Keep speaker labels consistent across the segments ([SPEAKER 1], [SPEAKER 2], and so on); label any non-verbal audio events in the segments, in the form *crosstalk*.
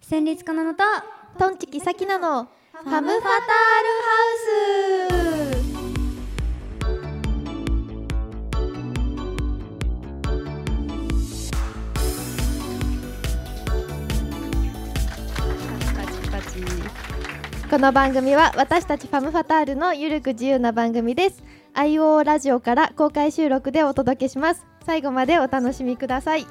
[SPEAKER 1] 戦律かなのと
[SPEAKER 2] トンチキサキナのファムファタールハウスこの番組は私たちファムファタールのゆるく自由な番組です IO ラジオから公開収録でお届けします最後までお楽しみください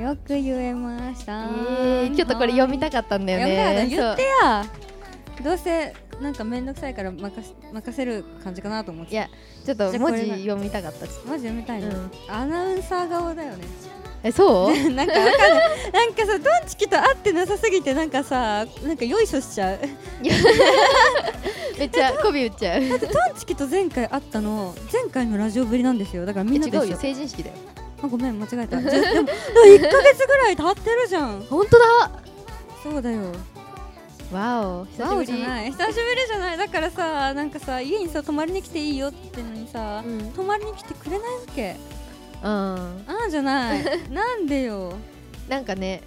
[SPEAKER 1] よく言えました、
[SPEAKER 2] えーちょっとこれ読みたかったんだよ
[SPEAKER 1] 読
[SPEAKER 2] ね
[SPEAKER 1] みたかったはいどうせなんかめんどくさいから任せ任せる感じかなと思っ
[SPEAKER 2] そう
[SPEAKER 1] て
[SPEAKER 2] いやちょっと
[SPEAKER 1] じゃあこ
[SPEAKER 2] 文
[SPEAKER 1] れ
[SPEAKER 2] 字
[SPEAKER 1] な
[SPEAKER 2] 読みたかったです
[SPEAKER 1] マジ読みたいな、
[SPEAKER 2] うん
[SPEAKER 1] アナウンサー顔だよね *laughs*
[SPEAKER 2] えそう
[SPEAKER 1] なんかわかんないなんかさドンチキと合ってなさすぎてなんかさなんかよいしょしち
[SPEAKER 2] *laughs*
[SPEAKER 1] ゃう
[SPEAKER 2] めっちゃ媚び打っちゃう
[SPEAKER 1] ドンチキと前回会ったの前回のラジオぶりなんですよだからみんなで
[SPEAKER 2] 違う
[SPEAKER 1] 一
[SPEAKER 2] よ
[SPEAKER 1] 緒
[SPEAKER 2] 成人式だよ
[SPEAKER 1] あごめん間違え
[SPEAKER 2] *laughs*
[SPEAKER 1] たじゃでもでも1ヶ月ぐらい経ってるじゃん
[SPEAKER 2] 本当だ
[SPEAKER 1] そうだよ
[SPEAKER 2] わお久
[SPEAKER 1] わお
[SPEAKER 2] し
[SPEAKER 1] じゃ
[SPEAKER 2] ぶり
[SPEAKER 1] ない久しぶりじゃないだからさなんかさ家にさ泊まりに来ていいよってのにさ、
[SPEAKER 2] うん
[SPEAKER 1] 泊まりに来てくれないわけ
[SPEAKER 2] うん
[SPEAKER 1] ああじゃない
[SPEAKER 2] *laughs*
[SPEAKER 1] なんでよ
[SPEAKER 2] なんかね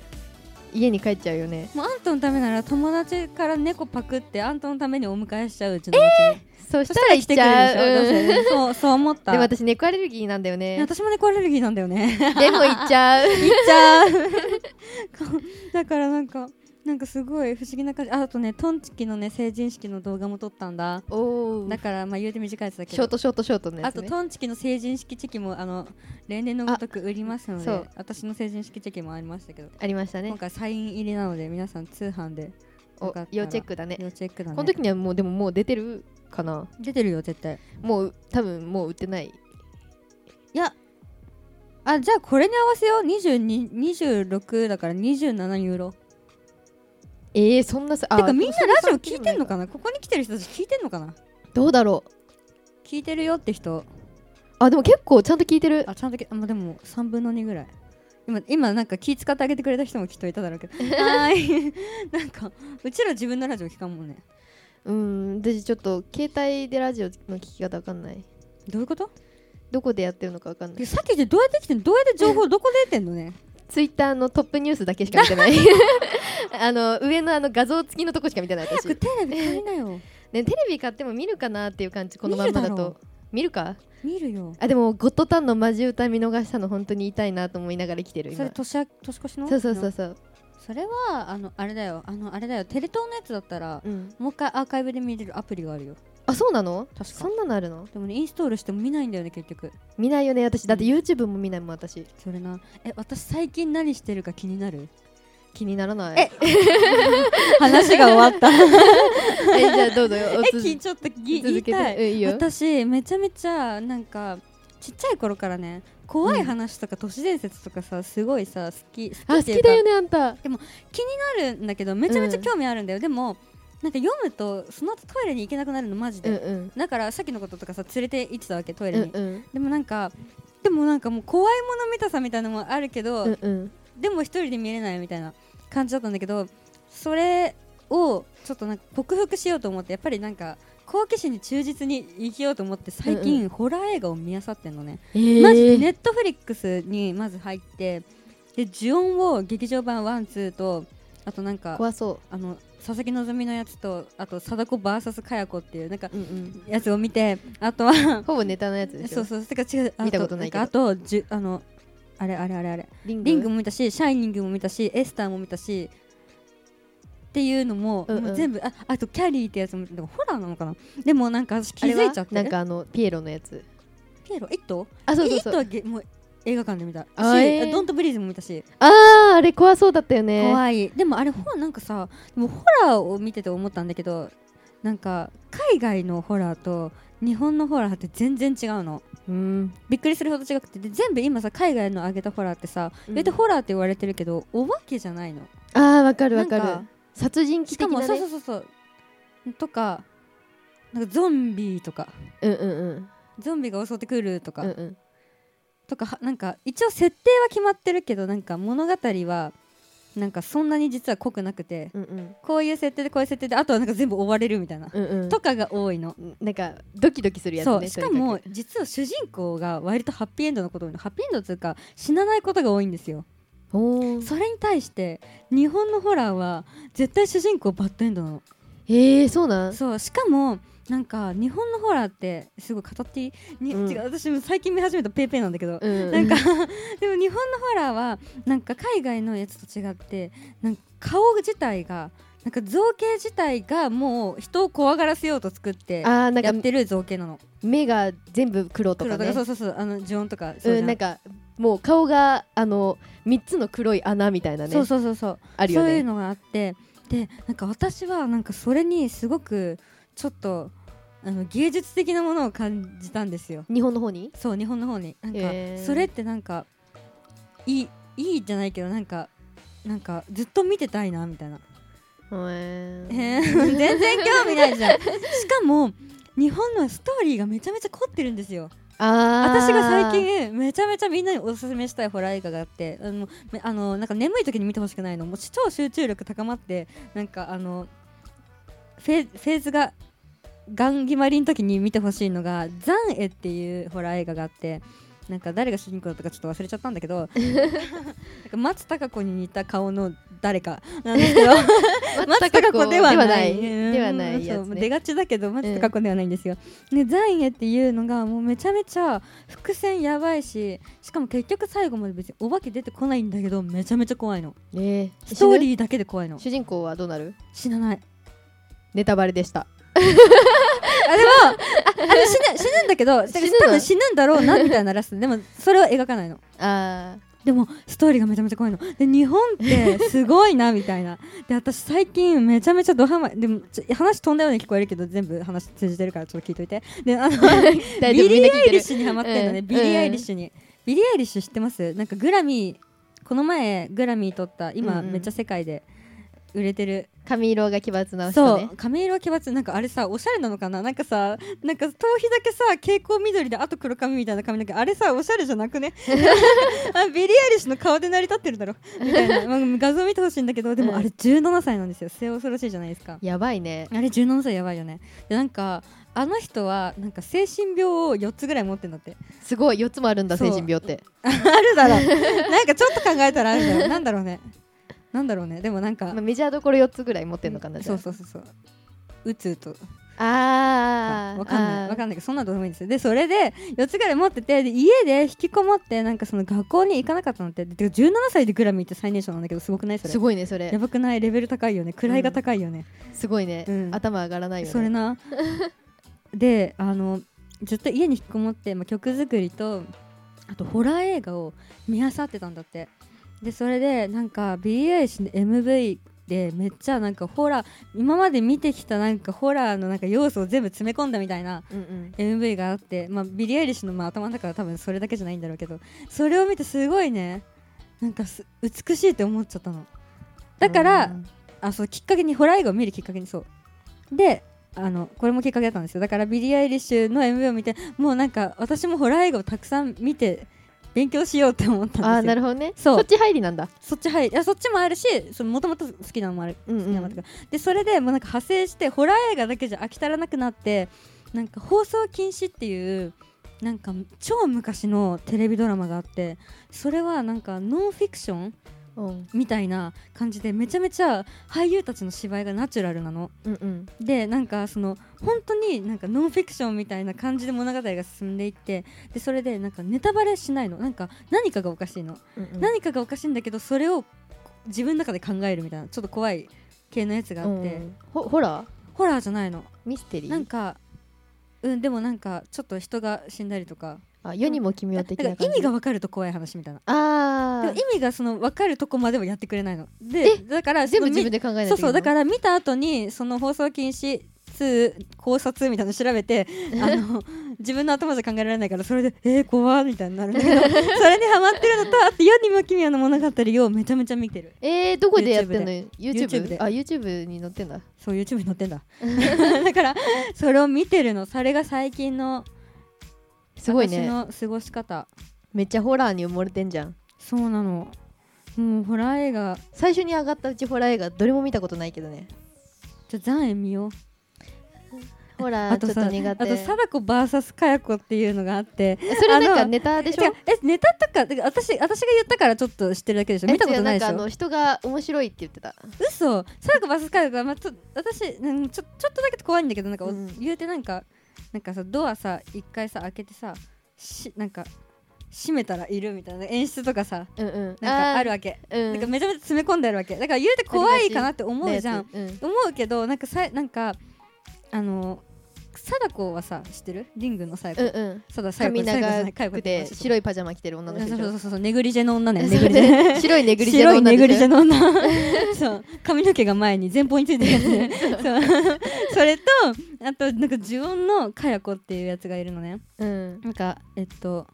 [SPEAKER 2] 家に帰っちゃうよね
[SPEAKER 1] もうアントのためなら友達から猫パクってアントのためにお迎えしちゃううちのうちに、
[SPEAKER 2] そしたら行っちゃううん
[SPEAKER 1] でしょどうせそうそう思った
[SPEAKER 2] でも私猫アレルギーなんだよね
[SPEAKER 1] 私も猫アレルギーなんだよね *laughs*
[SPEAKER 2] でも行っちゃう
[SPEAKER 1] じゃあだからなんかなんかすごい不思議な感じああとねトンチキのね成人式の動画も撮ったんだ
[SPEAKER 2] おお
[SPEAKER 1] だからまあ言うて短いやつだけ
[SPEAKER 2] シ
[SPEAKER 1] ど
[SPEAKER 2] ョートショートショートのや
[SPEAKER 1] あ
[SPEAKER 2] つ
[SPEAKER 1] と
[SPEAKER 2] ね
[SPEAKER 1] トンチキの成人式チェキもあの例年のごとく売りますの
[SPEAKER 2] そ
[SPEAKER 1] で
[SPEAKER 2] う
[SPEAKER 1] 私の成人式チェキもありましたけど、
[SPEAKER 2] ありましたね
[SPEAKER 1] 今回サイン入りなので皆さん通販で
[SPEAKER 2] お
[SPEAKER 1] よかったら
[SPEAKER 2] 要チェックだね
[SPEAKER 1] 要チェックだね
[SPEAKER 2] この時にはもうでももう出てるかな
[SPEAKER 1] 出てるよ絶対
[SPEAKER 2] もう多分もう売ってない
[SPEAKER 1] いやあじゃあこれに合わせよう22 26だから27ユーロ
[SPEAKER 2] えー、そんなさあ
[SPEAKER 1] てかみんなラジオ聞いてんの
[SPEAKER 2] か
[SPEAKER 1] かなここに来てる人たち聞いてんのかな
[SPEAKER 2] どうだろう
[SPEAKER 1] 聞いてるよって人
[SPEAKER 2] あでも結構ちゃんと聞いてる
[SPEAKER 1] あちゃんとけあまあでも3分の2ぐらい今今なんか気使ってあげてくれた人もきっといただろうけど
[SPEAKER 2] *laughs*
[SPEAKER 1] はーい *laughs* なんかうちら自分のラジオ聞かんもんね
[SPEAKER 2] うーん私ちょっと携帯でラジオの聞き方わかんない
[SPEAKER 1] どういうこと
[SPEAKER 2] どこでやってるのかわかんない
[SPEAKER 1] さっきでどうやって来てんのどうやって情報どこで得てんのね
[SPEAKER 2] *laughs* ツイッターのトップニュースだけしか見てない *laughs* あの上のあの画像付きのとこしか見てない私、ね、
[SPEAKER 1] テレビ借りなよ
[SPEAKER 2] テレビ買っても見るかなっていう感じこのまんまだ
[SPEAKER 1] 見るだろ
[SPEAKER 2] と見るか
[SPEAKER 1] *laughs* 見るよ
[SPEAKER 2] あでもゴッドタンのマジ歌見逃したの本当に痛いなと思いながら来てる
[SPEAKER 1] それ
[SPEAKER 2] 今
[SPEAKER 1] 年明年越しの
[SPEAKER 2] そうそうそう
[SPEAKER 1] の
[SPEAKER 2] そう、
[SPEAKER 1] それはあのあれだよあのあれだよテレ東のやつだったら
[SPEAKER 2] うん、
[SPEAKER 1] もう一回アーカイブで見れるアプリがあるよ
[SPEAKER 2] あそうなの
[SPEAKER 1] 確か
[SPEAKER 2] そんなのあるの
[SPEAKER 1] でもねインストールしても見ないんだよね結局
[SPEAKER 2] 見ないよね私だって YouTube も見ないもん私
[SPEAKER 1] それなえ私最近何してるか気になる
[SPEAKER 2] 気にならない
[SPEAKER 1] 話が終わった *laughs* え
[SPEAKER 2] *laughs* えじゃあどうぞよおつ
[SPEAKER 1] きちょっとぎ言
[SPEAKER 2] 続
[SPEAKER 1] い
[SPEAKER 2] け
[SPEAKER 1] たい
[SPEAKER 2] てうんいいよ
[SPEAKER 1] 私めちゃめちゃなんかちっちゃい頃からね怖い話とか都市伝説とかさすごいさ好き好き
[SPEAKER 2] あ好
[SPEAKER 1] っていう
[SPEAKER 2] き
[SPEAKER 1] か
[SPEAKER 2] だよねあんた
[SPEAKER 1] あるんだけどめちゃめちゃ興味あるんだよ、でもなんか読むとその後トイレに行けなくなるのマジ
[SPEAKER 2] う
[SPEAKER 1] で、
[SPEAKER 2] んうん
[SPEAKER 1] だからさっきのこととかさ連れて行ってたわけトイ
[SPEAKER 2] う
[SPEAKER 1] レに、
[SPEAKER 2] んうん
[SPEAKER 1] でもなんかでもなんかもう怖いもの見たさみたいなのもあるけど、
[SPEAKER 2] うんうん
[SPEAKER 1] でも一人で見れないみたいな感じだったんだけどそれをちょっとなんか克服しようと思ってやっぱりなんか好奇心に忠実に生きようと思って最近、
[SPEAKER 2] うん
[SPEAKER 1] ホラー映画を見あさってんのね、
[SPEAKER 2] えー
[SPEAKER 1] マジでネットフリックスにまず入ってで呪音を劇場版ワンツーとあとなんか
[SPEAKER 2] 怖そ
[SPEAKER 1] あの佐々木希のやつとあと貞子 VS かや子っていうなんか
[SPEAKER 2] ううんうん
[SPEAKER 1] やつを見てあとは
[SPEAKER 2] ほぼネタのやつでしょ
[SPEAKER 1] そうそうてか違うあ
[SPEAKER 2] 見たことないけど
[SPEAKER 1] んかあとじゅあのあれあれあれあれ
[SPEAKER 2] リン
[SPEAKER 1] リングも見たし、シャイニングも見たし、エスターも見たし、っていうのも、
[SPEAKER 2] うんうん
[SPEAKER 1] もう全部、ああとキャリーってやつも、でもホラーなのかなでもなんか私気
[SPEAKER 2] あれは
[SPEAKER 1] づいちゃって、
[SPEAKER 2] なんかあのピエロのやつ
[SPEAKER 1] えピエロ、イット
[SPEAKER 2] あそう
[SPEAKER 1] イ
[SPEAKER 2] そう
[SPEAKER 1] ット
[SPEAKER 2] そう
[SPEAKER 1] はげもう映画館で見たし、
[SPEAKER 2] あえー
[SPEAKER 1] ドントブリーズも見たし、
[SPEAKER 2] あーあれ怖そうだったよね
[SPEAKER 1] 怖い。でもあれ、ほらなんかさ、でもホラーを見てて思ったんだけど、なんか海外のホラーと日本のホラーって全然違うの。
[SPEAKER 2] うん
[SPEAKER 1] びっくりするほど違くてで全部今さ海外の上げたホラーってさ、
[SPEAKER 2] うん
[SPEAKER 1] 上でホラーって言われてるけどお化けじゃないの
[SPEAKER 2] あーわかるわか
[SPEAKER 1] なん
[SPEAKER 2] る殺人鬼
[SPEAKER 1] しか
[SPEAKER 2] 的な
[SPEAKER 1] も
[SPEAKER 2] ね
[SPEAKER 1] そうそうそうそうとかなんかゾンビとか
[SPEAKER 2] うんうんうん
[SPEAKER 1] ゾンビが襲ってくるとか、
[SPEAKER 2] うんうん
[SPEAKER 1] とかはなんか一応設定は決まってるけどなんか物語はなんかそんなに実は濃くなくて、
[SPEAKER 2] うんうん
[SPEAKER 1] こういう設定でこういう設定であとはなんか全部追われるみたいな、
[SPEAKER 2] うんうん
[SPEAKER 1] とかが多いの。
[SPEAKER 2] なんかドキドキするやつ
[SPEAKER 1] そう
[SPEAKER 2] ね
[SPEAKER 1] しかも
[SPEAKER 2] とに
[SPEAKER 1] 実は主人公が割とハッピーエンドのことを言うのハッピーエンドっていうか死なないことが多いんですよ
[SPEAKER 2] かくおー
[SPEAKER 1] それに対して日本のホラーは絶対主人公バッドエンドなの
[SPEAKER 2] えー、そうなん
[SPEAKER 1] そうしかもなんか日本のホラーってすごい語っていいに、
[SPEAKER 2] うん
[SPEAKER 1] 違う私も最近見始めたペーペーなんだけど、
[SPEAKER 2] うん
[SPEAKER 1] なんか *laughs* でも日本のホラーはなんか海外のやつと違ってなんか顔自体がなんか造形自体がもう人を怖がらせようと作ってや
[SPEAKER 2] あーな
[SPEAKER 1] っ
[SPEAKER 2] んか
[SPEAKER 1] てる造形なの
[SPEAKER 2] 目が全部黒と
[SPEAKER 1] 黒と
[SPEAKER 2] かね
[SPEAKER 1] かそうそうそうあの呪音とかそう
[SPEAKER 2] う
[SPEAKER 1] じゃ
[SPEAKER 2] ん
[SPEAKER 1] ん
[SPEAKER 2] なんかもう顔があの三つの黒い穴みたいなね
[SPEAKER 1] そうそうそうそう
[SPEAKER 2] あるよ
[SPEAKER 1] そういう
[SPEAKER 2] ね
[SPEAKER 1] のがあってでなんか私はなんかそれにすごくちょっとあの芸術的なものを感じたんですよ
[SPEAKER 2] 日本の方に
[SPEAKER 1] そう日本の方になんか、
[SPEAKER 2] へー
[SPEAKER 1] それってなんかいいいいじゃないけどなんかなんかずっと見てたいなみたいな、
[SPEAKER 2] へ
[SPEAKER 1] えー *laughs* 全然興味ないじゃんしかも日本のストーリーがめちゃめちゃ凝ってるんですよ
[SPEAKER 2] あー
[SPEAKER 1] 私が最近めちゃめちゃみんなにおすすめしたいホラー映画があってあのめあのなんか眠い時に見てほしくないのもう超集中力高まってなんかあのフェフェーズがガン決まりの時に見てほしいのが「ザンエ」っていうホラー映画があってなんか誰が主人公だったかちょっと忘れちゃったんだけどなんか松たか子に似た顔の誰かなんですけど松たか子ではないうん
[SPEAKER 2] ではないや
[SPEAKER 1] そ
[SPEAKER 2] つ、
[SPEAKER 1] う出
[SPEAKER 2] ね、
[SPEAKER 1] がちだけど松たか子ではないんですよ、でザインエっていうのがもうめちゃめちゃ伏線やばいししかも結局最後まで別にお化け出てこないんだけどめちゃめちゃ怖いの
[SPEAKER 2] ねえ
[SPEAKER 1] ストー
[SPEAKER 2] ー
[SPEAKER 1] リーだけで怖いの
[SPEAKER 2] 主人公はどうなる
[SPEAKER 1] 死なない
[SPEAKER 2] ネタバレでした
[SPEAKER 1] あで
[SPEAKER 2] *laughs*
[SPEAKER 1] もああれ死ぬ死ぬんだけど
[SPEAKER 2] 死ぬの
[SPEAKER 1] 多分死ぬんだろうなみたいなラストでもそれは描かないの
[SPEAKER 2] あ
[SPEAKER 1] でもストーリーがめちゃめちゃ怖いので日本ってすごいなみたいなで私最近めちゃめちゃドハマでもちょ話飛んだように聞こえるけど全部話通じてるからちょっと聞いといてであの
[SPEAKER 2] ー *laughs* 大
[SPEAKER 1] ビ
[SPEAKER 2] 丈夫み
[SPEAKER 1] リ
[SPEAKER 2] んな
[SPEAKER 1] ー・
[SPEAKER 2] 聞
[SPEAKER 1] ア
[SPEAKER 2] い
[SPEAKER 1] イリ
[SPEAKER 2] て
[SPEAKER 1] ッ
[SPEAKER 2] る
[SPEAKER 1] シュにハマってるのね、
[SPEAKER 2] うん
[SPEAKER 1] ビリー・アイリッシュに、ビリー・アイリッシュ知ってますなんかグラミーこの前グラミー取った今、
[SPEAKER 2] うんうん
[SPEAKER 1] めっちゃ世界で売れてる、
[SPEAKER 2] 髪色が奇抜な人
[SPEAKER 1] そ
[SPEAKER 2] ね
[SPEAKER 1] う髪色は奇抜なんかあれさおしゃれなのかななんかさなんか頭皮だけさ蛍光緑であと黒髪みたいな髪の毛あれさおしゃれじゃなくね *laughs* あビリー・アイリッシュの顔で成り立ってるだろみたいな、まあ、画像見てほしいんだけどで
[SPEAKER 2] う
[SPEAKER 1] も
[SPEAKER 2] ん
[SPEAKER 1] あれ17歳なんですよ末恐ろしいじゃないですか
[SPEAKER 2] やばいね
[SPEAKER 1] あれ17歳やばいよねでなんかあの人はなんか精神病を4つぐらい持ってんだって *laughs*
[SPEAKER 2] すごい四つもあるんだ
[SPEAKER 1] そ
[SPEAKER 2] 精
[SPEAKER 1] う
[SPEAKER 2] 神病って
[SPEAKER 1] あるだろうなんかちょっと考えたらあるだろうなんだろうねなんだろうねでもなんか、
[SPEAKER 2] まあ、メジャーどころ四つぐらい持ってんのかなじゃ
[SPEAKER 1] そ
[SPEAKER 2] あ
[SPEAKER 1] うそうそうそううつうと
[SPEAKER 2] あーあ
[SPEAKER 1] わかんないわ
[SPEAKER 2] ー
[SPEAKER 1] かんないけどそんなのどうでもいいんですよでそれで4つぐらい持っててで家で引きこもってなんかその学校に行かなかったのってでてか17歳でグラミーって最年少なんだけどすごくないそれ
[SPEAKER 2] すごいねそれ
[SPEAKER 1] やばくないレベル高いよね位が高いよね、
[SPEAKER 2] すごいね、
[SPEAKER 1] うん
[SPEAKER 2] 頭上がらないよね
[SPEAKER 1] それなであのずっと家に引きこもって、まあ、曲作りとあとホラー映画を見漁ってたんだってでそれでなんか BA 氏の MV でめっちゃなんかホラー今まで見てきたなんかホラーのなんか要素を全部詰め込んだみたいな
[SPEAKER 2] うんうん、
[SPEAKER 1] MV があって、まあ、ビリー・アイリッシュのまあ頭の中は多分それだけじゃないんだろうけどそれを見てすごいねなんかす美しいって思っちゃったのだから、
[SPEAKER 2] うん
[SPEAKER 1] あそうきっかけにホラー映画を見るきっかけにそうであのこれもきっかけだったんですよだからビリー・アイリッシュの MV を見てもうなんか私もホラー映画をたくさん見て勉強しようって思ったんですよ
[SPEAKER 2] あーなるほどね
[SPEAKER 1] そう
[SPEAKER 2] そっち入りなんだ
[SPEAKER 1] そっちはいいやそっちもあるしもともと好きなのもある
[SPEAKER 2] うんうん
[SPEAKER 1] 好きなのもあるからでそれでもうなんか派生してホラー映画だけじゃ飽き足らなくなってなんか放送禁止っていうなんか超昔のテレビドラマがあってそれはなんかノンフィクション
[SPEAKER 2] うん
[SPEAKER 1] みたいな感じでめちゃめちゃ俳優たちの芝居がナチュラルなの
[SPEAKER 2] うんうん
[SPEAKER 1] でなんかその本当になんかノンフィクションみたいな感じで物語が進んでいってでそれでなんかネタバレしないのなんか何かがおかしいの、
[SPEAKER 2] うんうん
[SPEAKER 1] 何かがおかしいんだけどそれを自分の中で考えるみたいなちょっと怖い系のやつがあって、
[SPEAKER 2] うんほホラー
[SPEAKER 1] ホラーじゃないの
[SPEAKER 2] ミステリー
[SPEAKER 1] なんかうんでもなんかちょっと人が死んだりとか
[SPEAKER 2] あ世にも君
[SPEAKER 1] な
[SPEAKER 2] は
[SPEAKER 1] んか
[SPEAKER 2] 的な感じ
[SPEAKER 1] 意味が分かると怖い話みたいな
[SPEAKER 2] あ
[SPEAKER 1] でも
[SPEAKER 2] あ
[SPEAKER 1] 意味がその分かるとこまではやってくれないのでだから
[SPEAKER 2] 全部
[SPEAKER 1] そのみ
[SPEAKER 2] 自分で考えないといけない
[SPEAKER 1] そうそうだから見た後にその放送禁止察考察みたいなの調べ
[SPEAKER 2] *laughs*
[SPEAKER 1] てあの自分の頭じゃ考えられないからそれでえー、怖っみたいになるんだ *laughs* けどそれにハマってるのとあと「世にも奇妙な物語」をめちゃめちゃ見てる
[SPEAKER 2] えー、どこでやってんの YouTube,
[SPEAKER 1] YouTube で
[SPEAKER 2] あ YouTube に載ってんだ
[SPEAKER 1] そう YouTube に載ってんだだ *laughs* からそれを見てるのそれが最近の
[SPEAKER 2] すごい
[SPEAKER 1] 私
[SPEAKER 2] ね
[SPEAKER 1] の過ごし方
[SPEAKER 2] めっちゃホラーに埋もれてんじゃん
[SPEAKER 1] そうなのもうホラー映画
[SPEAKER 2] 最初に上がったうちホラー映画どれも見たことないけどね
[SPEAKER 1] じゃ残影見よう
[SPEAKER 2] ホラ
[SPEAKER 1] あ
[SPEAKER 2] ーち
[SPEAKER 1] と
[SPEAKER 2] ょっ
[SPEAKER 1] さ
[SPEAKER 2] と苦手
[SPEAKER 1] あと貞子 VS かや子っていうのがあって
[SPEAKER 2] えそれなん
[SPEAKER 1] あ
[SPEAKER 2] か
[SPEAKER 1] の
[SPEAKER 2] ネタでし
[SPEAKER 1] 違
[SPEAKER 2] ょ
[SPEAKER 1] うえネタとかてか私私が言ったからちょっと知ってるだけでしょ見たことないでし
[SPEAKER 2] え違うなんかあ
[SPEAKER 1] ょ
[SPEAKER 2] の人が面白いって言ってた
[SPEAKER 1] 嘘貞子 VS かや子は、まあ、ちょ私うんちょちょっとだけ怖いんだけどなんか、お
[SPEAKER 2] うん
[SPEAKER 1] 言うてなんかなんかさドアさ一回さ開けてさしなんか閉めたらいるみたいな演出とかさ
[SPEAKER 2] うんうん
[SPEAKER 1] なんかある
[SPEAKER 2] わ
[SPEAKER 1] わけ
[SPEAKER 2] うん
[SPEAKER 1] なんかめちゃめちゃ詰め込んであるわけだから言うて怖いかなって思うじゃん
[SPEAKER 2] なやつ
[SPEAKER 1] 思うけどなんかさなんかあの貞子はさ知ってるリングの最
[SPEAKER 2] うん
[SPEAKER 1] 後
[SPEAKER 2] うんうん
[SPEAKER 1] そうだ最後
[SPEAKER 2] 髪
[SPEAKER 1] 最後じゃ
[SPEAKER 2] 長
[SPEAKER 1] ない最後
[SPEAKER 2] くて白いパジャマ着てる女の
[SPEAKER 1] そ
[SPEAKER 2] 人
[SPEAKER 1] う
[SPEAKER 2] で
[SPEAKER 1] そう
[SPEAKER 2] しょ
[SPEAKER 1] そうそうネグリジェの女ねネグリジェ
[SPEAKER 2] え *laughs* 白いネグリジェ
[SPEAKER 1] 白いネグリジェ
[SPEAKER 2] の
[SPEAKER 1] の女 *laughs* そう髪の毛が前に前方についてるやつねそうそれとあとなんか呪音のかや子っていうやつがいるのね
[SPEAKER 2] 女でしょ
[SPEAKER 1] なんかえっと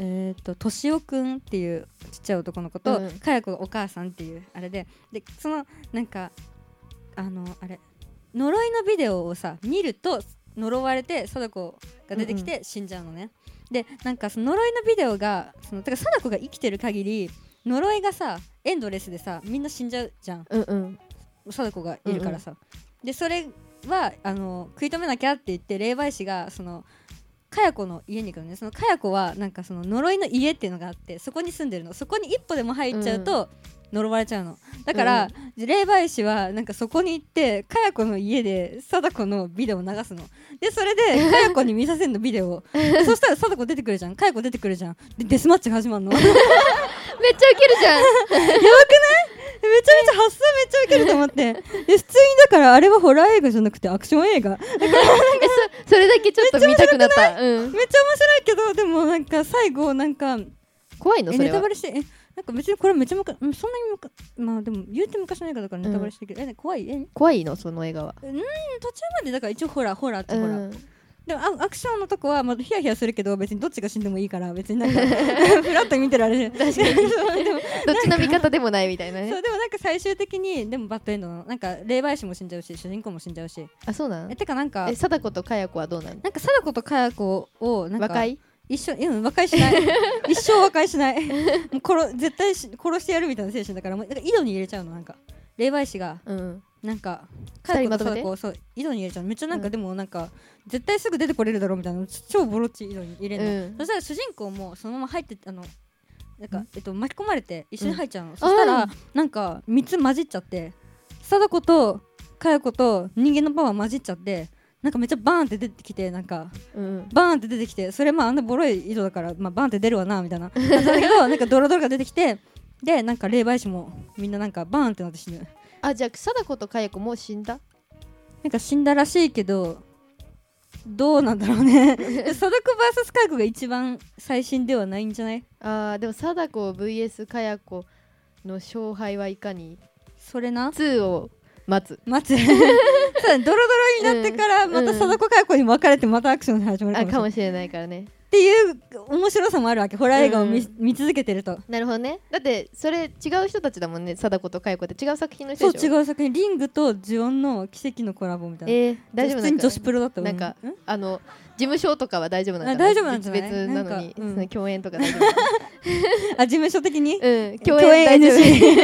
[SPEAKER 1] えっととしおくんっていうちっちゃい男の子と、
[SPEAKER 2] うん
[SPEAKER 1] かや子がお母さんっていうあれででそのなんかあのあれ呪いのビデオをさ見ると呪われて貞子が出てきて死んじゃうのね、でなんかその呪いのビデオがそのてか貞子が生きてる限り呪いがさエンドレスでさみんな死んじゃうじゃん
[SPEAKER 2] うんうんうん
[SPEAKER 1] 貞子がいるからさ、でそれはあの食い止めなきゃって言って霊媒師がそのかや子の家に行くのねそのかや子はなんかその呪いの家っていうのがあってそこに住んでるのそこに一歩でも入っちゃうと呪われちゃうのだから、霊媒師はなんかそこに行ってかや子の家で貞子のビデオを流すのでそれでかや子に見させるのビデオをでそしたら貞子出てくるじゃんかや子出てくるじゃんでデスマッチが始まるのめちゃめち
[SPEAKER 2] めっちゃウケるじ *laughs* ゃ
[SPEAKER 1] ゃ
[SPEAKER 2] ん
[SPEAKER 1] 発想めっちゃウケると思ってで普通にだからあれはホラー映画じゃなくてアクション映画
[SPEAKER 2] えそそれだけちょっと見たくなったうん
[SPEAKER 1] めっちゃ面白いけどでもなんか最後なんか
[SPEAKER 2] 怖いの
[SPEAKER 1] え
[SPEAKER 2] そ
[SPEAKER 1] ネ
[SPEAKER 2] れ
[SPEAKER 1] タ
[SPEAKER 2] は
[SPEAKER 1] バレしてえなんか別にこれめっちゃむかうんそんなにむかまあでも言うて昔の映画だからネタバレしてるけど、え怖いえ
[SPEAKER 2] 怖いのその映画は
[SPEAKER 1] 途中までだから一応ホラーホラーって
[SPEAKER 2] う
[SPEAKER 1] ホラー、
[SPEAKER 2] ん
[SPEAKER 1] でもあアクションのとこはまあヒヤヒヤするけど別にどっちが死んでもいいから別になん
[SPEAKER 2] *laughs*
[SPEAKER 1] かフラッと見てられる確かに *laughs* そうでも
[SPEAKER 2] どっちの味方でもないみたいな
[SPEAKER 1] そ
[SPEAKER 2] ね
[SPEAKER 1] うでもなんか最終的にでもバッドエンドのなんか霊媒師も死んじゃうし主人公も死んじゃうし
[SPEAKER 2] あそうなの
[SPEAKER 1] えてかなんか
[SPEAKER 2] え貞子とかや子はどうなの
[SPEAKER 1] なんか貞子とかや子をなんか
[SPEAKER 2] 若い
[SPEAKER 1] 一緒うん和解し
[SPEAKER 2] *laughs*
[SPEAKER 1] ない一生和解しない *laughs* もう殺絶対し殺してやるみたいな精神だからもうなんか井戸に入れちゃうのなんか霊媒師が
[SPEAKER 2] うん
[SPEAKER 1] なんか
[SPEAKER 2] 二人まとめて
[SPEAKER 1] 佳代子と貞子をそう井戸に入れちゃうのめっちゃなんか、
[SPEAKER 2] うん
[SPEAKER 1] でもなんか絶対すぐ出てこれるだろうみたいなち超ボロっちい井戸に入れるの、
[SPEAKER 2] うん
[SPEAKER 1] そしたら主人公もそのまま入ってあのなんか
[SPEAKER 2] ん、
[SPEAKER 1] えっと、巻き込まれて一緒に入っちゃうの、そしたらなんか3つ混じっちゃって貞子と佳代子と人間のパワー混じっちゃってなんかめっちゃバーンって出てきてなんか
[SPEAKER 2] うん
[SPEAKER 1] バーンって出てきてそれまああんなボロい井戸だから、まあ、バーンって出るわなみたいな感じなんだけどなんかドロドロが出てきてでなんか霊媒師もみんななんかバーンってなって死ぬ
[SPEAKER 2] あじゃあ貞子とかや子もう死んだ
[SPEAKER 1] なんか死んだらしいけどどうなんだろう
[SPEAKER 2] *laughs*
[SPEAKER 1] ねで貞子 VS カイコが一番最新ではないんじゃない
[SPEAKER 2] あーでも貞子 VS かや子の勝敗はいかに
[SPEAKER 1] それな
[SPEAKER 2] 2を待つ
[SPEAKER 1] 待
[SPEAKER 2] *laughs*
[SPEAKER 1] つそうだねドロドロになってから
[SPEAKER 2] うん
[SPEAKER 1] また貞子カイコに分かれてまたアクションが始まるか
[SPEAKER 2] あ
[SPEAKER 1] もしれ
[SPEAKER 2] か
[SPEAKER 1] ない
[SPEAKER 2] もしれないからね
[SPEAKER 1] っていう面白さもあるわけホラー映画を見,、
[SPEAKER 2] う
[SPEAKER 1] 見続けてると
[SPEAKER 2] なるほどねだってそれ違う人たちだもんね貞子とかや子って違う作品の
[SPEAKER 1] そ
[SPEAKER 2] 人
[SPEAKER 1] う
[SPEAKER 2] でし
[SPEAKER 1] 違
[SPEAKER 2] ょう
[SPEAKER 1] う作品リングとジオンの奇跡のコラボみたいな
[SPEAKER 2] えー、大丈
[SPEAKER 1] 普
[SPEAKER 2] 夫
[SPEAKER 1] 通
[SPEAKER 2] なん
[SPEAKER 1] に
[SPEAKER 2] か
[SPEAKER 1] 女子プロだった
[SPEAKER 2] なんかあの事務所とかは大丈夫なんだ
[SPEAKER 1] あ大丈夫なんじゃない
[SPEAKER 2] 別々なの
[SPEAKER 1] なん
[SPEAKER 2] に
[SPEAKER 1] かうん
[SPEAKER 2] その共演とか大丈
[SPEAKER 1] *laughs*
[SPEAKER 2] 夫
[SPEAKER 1] あ事務所的に、
[SPEAKER 2] うん共
[SPEAKER 1] 共
[SPEAKER 2] 演
[SPEAKER 1] 演
[SPEAKER 2] 大丈夫
[SPEAKER 1] NG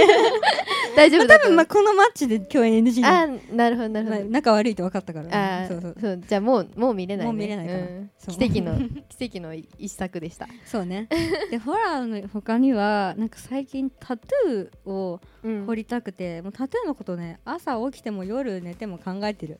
[SPEAKER 2] *laughs* 大丈夫
[SPEAKER 1] 多
[SPEAKER 2] だ
[SPEAKER 1] 分
[SPEAKER 2] と思
[SPEAKER 1] まあ
[SPEAKER 2] う
[SPEAKER 1] このマッチで共演 NG に
[SPEAKER 2] あなるほどなるほ
[SPEAKER 1] まあ
[SPEAKER 2] ど
[SPEAKER 1] 仲悪いって分かったから、
[SPEAKER 2] あ
[SPEAKER 1] そうそう
[SPEAKER 2] ーそうじゃあもうもう見れないね
[SPEAKER 1] もう見れないから
[SPEAKER 2] うん
[SPEAKER 1] そう
[SPEAKER 2] 奇
[SPEAKER 1] *laughs*
[SPEAKER 2] 跡の奇跡の一作でした
[SPEAKER 1] そう
[SPEAKER 2] *laughs*
[SPEAKER 1] ねでホラーの他にはなんか最近タトゥーを
[SPEAKER 2] うん
[SPEAKER 1] 彫りたくて、もうタトゥーのことね朝起きても夜寝ても考えてる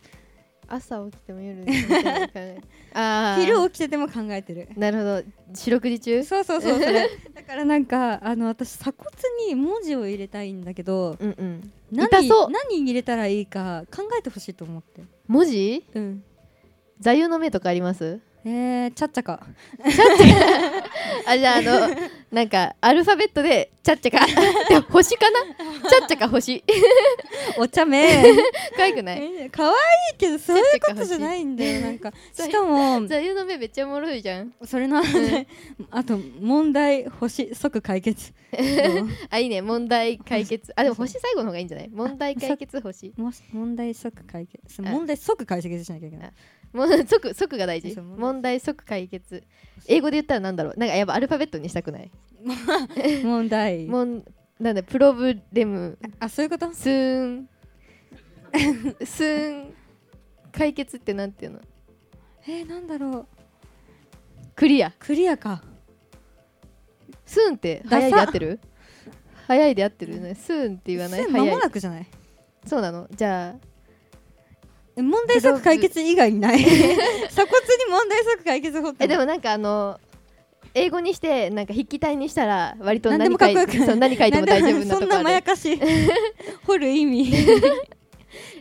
[SPEAKER 2] 朝起きても夜寝ても考えあー
[SPEAKER 1] 昼起きてても考えてる
[SPEAKER 2] なるほど四六時中
[SPEAKER 1] そうそうそうそ
[SPEAKER 2] *laughs*
[SPEAKER 1] れだからなんかあの私鎖骨に文字を入れたいんだけど
[SPEAKER 2] うんうん
[SPEAKER 1] 何
[SPEAKER 2] 痛そう
[SPEAKER 1] 何入れたらいいか考えてほしいと思って
[SPEAKER 2] 文字
[SPEAKER 1] うん
[SPEAKER 2] 座右の銘とかあります
[SPEAKER 1] えー、ちゃっちゃか
[SPEAKER 2] あじゃあ
[SPEAKER 1] *laughs*
[SPEAKER 2] あのなんかアルファベットでちゃっちゃかでも星かなちゃっちゃか星
[SPEAKER 1] お茶目
[SPEAKER 2] 可愛くない
[SPEAKER 1] えー可愛いけどそういうことじゃないんだよなんか
[SPEAKER 2] *laughs* そう
[SPEAKER 1] しかも
[SPEAKER 2] 座右の銘めっちゃおもろいじゃん
[SPEAKER 1] それの話、あと問題星即解
[SPEAKER 2] *laughs*
[SPEAKER 1] 決どう
[SPEAKER 2] あいいね問題解
[SPEAKER 1] *laughs*
[SPEAKER 2] 決あでも星最後の方がいいんじゃない問題解決星
[SPEAKER 1] もし問題即解決
[SPEAKER 2] あ
[SPEAKER 1] 問題即解決しなきゃいけない
[SPEAKER 2] もう即即が大事
[SPEAKER 1] そう問題
[SPEAKER 2] 問題即解決英語で言ったらなんだろうなんかやっぱアルファベットにしたくない
[SPEAKER 1] 問題
[SPEAKER 2] もんなんだプロブレム
[SPEAKER 1] あそういうこと
[SPEAKER 2] ス
[SPEAKER 1] *laughs*
[SPEAKER 2] ーンスーン解決ってなんていうの
[SPEAKER 1] えー、なんだろう
[SPEAKER 2] クリア
[SPEAKER 1] クリアか
[SPEAKER 2] スーンって早いで合ってる早いで合ってるよねスーンって言わない
[SPEAKER 1] す間
[SPEAKER 2] 早い
[SPEAKER 1] もなくじゃない
[SPEAKER 2] そうなのじゃあ
[SPEAKER 1] え問題即解決以外に
[SPEAKER 2] *laughs*
[SPEAKER 1] ない鎖骨に問題即解決法って
[SPEAKER 2] えでもなんかあの英語にしてなんか筆記体にしたら割と
[SPEAKER 1] 何で
[SPEAKER 2] 何
[SPEAKER 1] もかっ
[SPEAKER 2] 書
[SPEAKER 1] こ
[SPEAKER 2] い
[SPEAKER 1] よくない
[SPEAKER 2] そう何書いても大丈夫な
[SPEAKER 1] そん
[SPEAKER 2] とこ
[SPEAKER 1] *laughs* な
[SPEAKER 2] あ
[SPEAKER 1] まや
[SPEAKER 2] る
[SPEAKER 1] か
[SPEAKER 2] *laughs*
[SPEAKER 1] しい掘る意味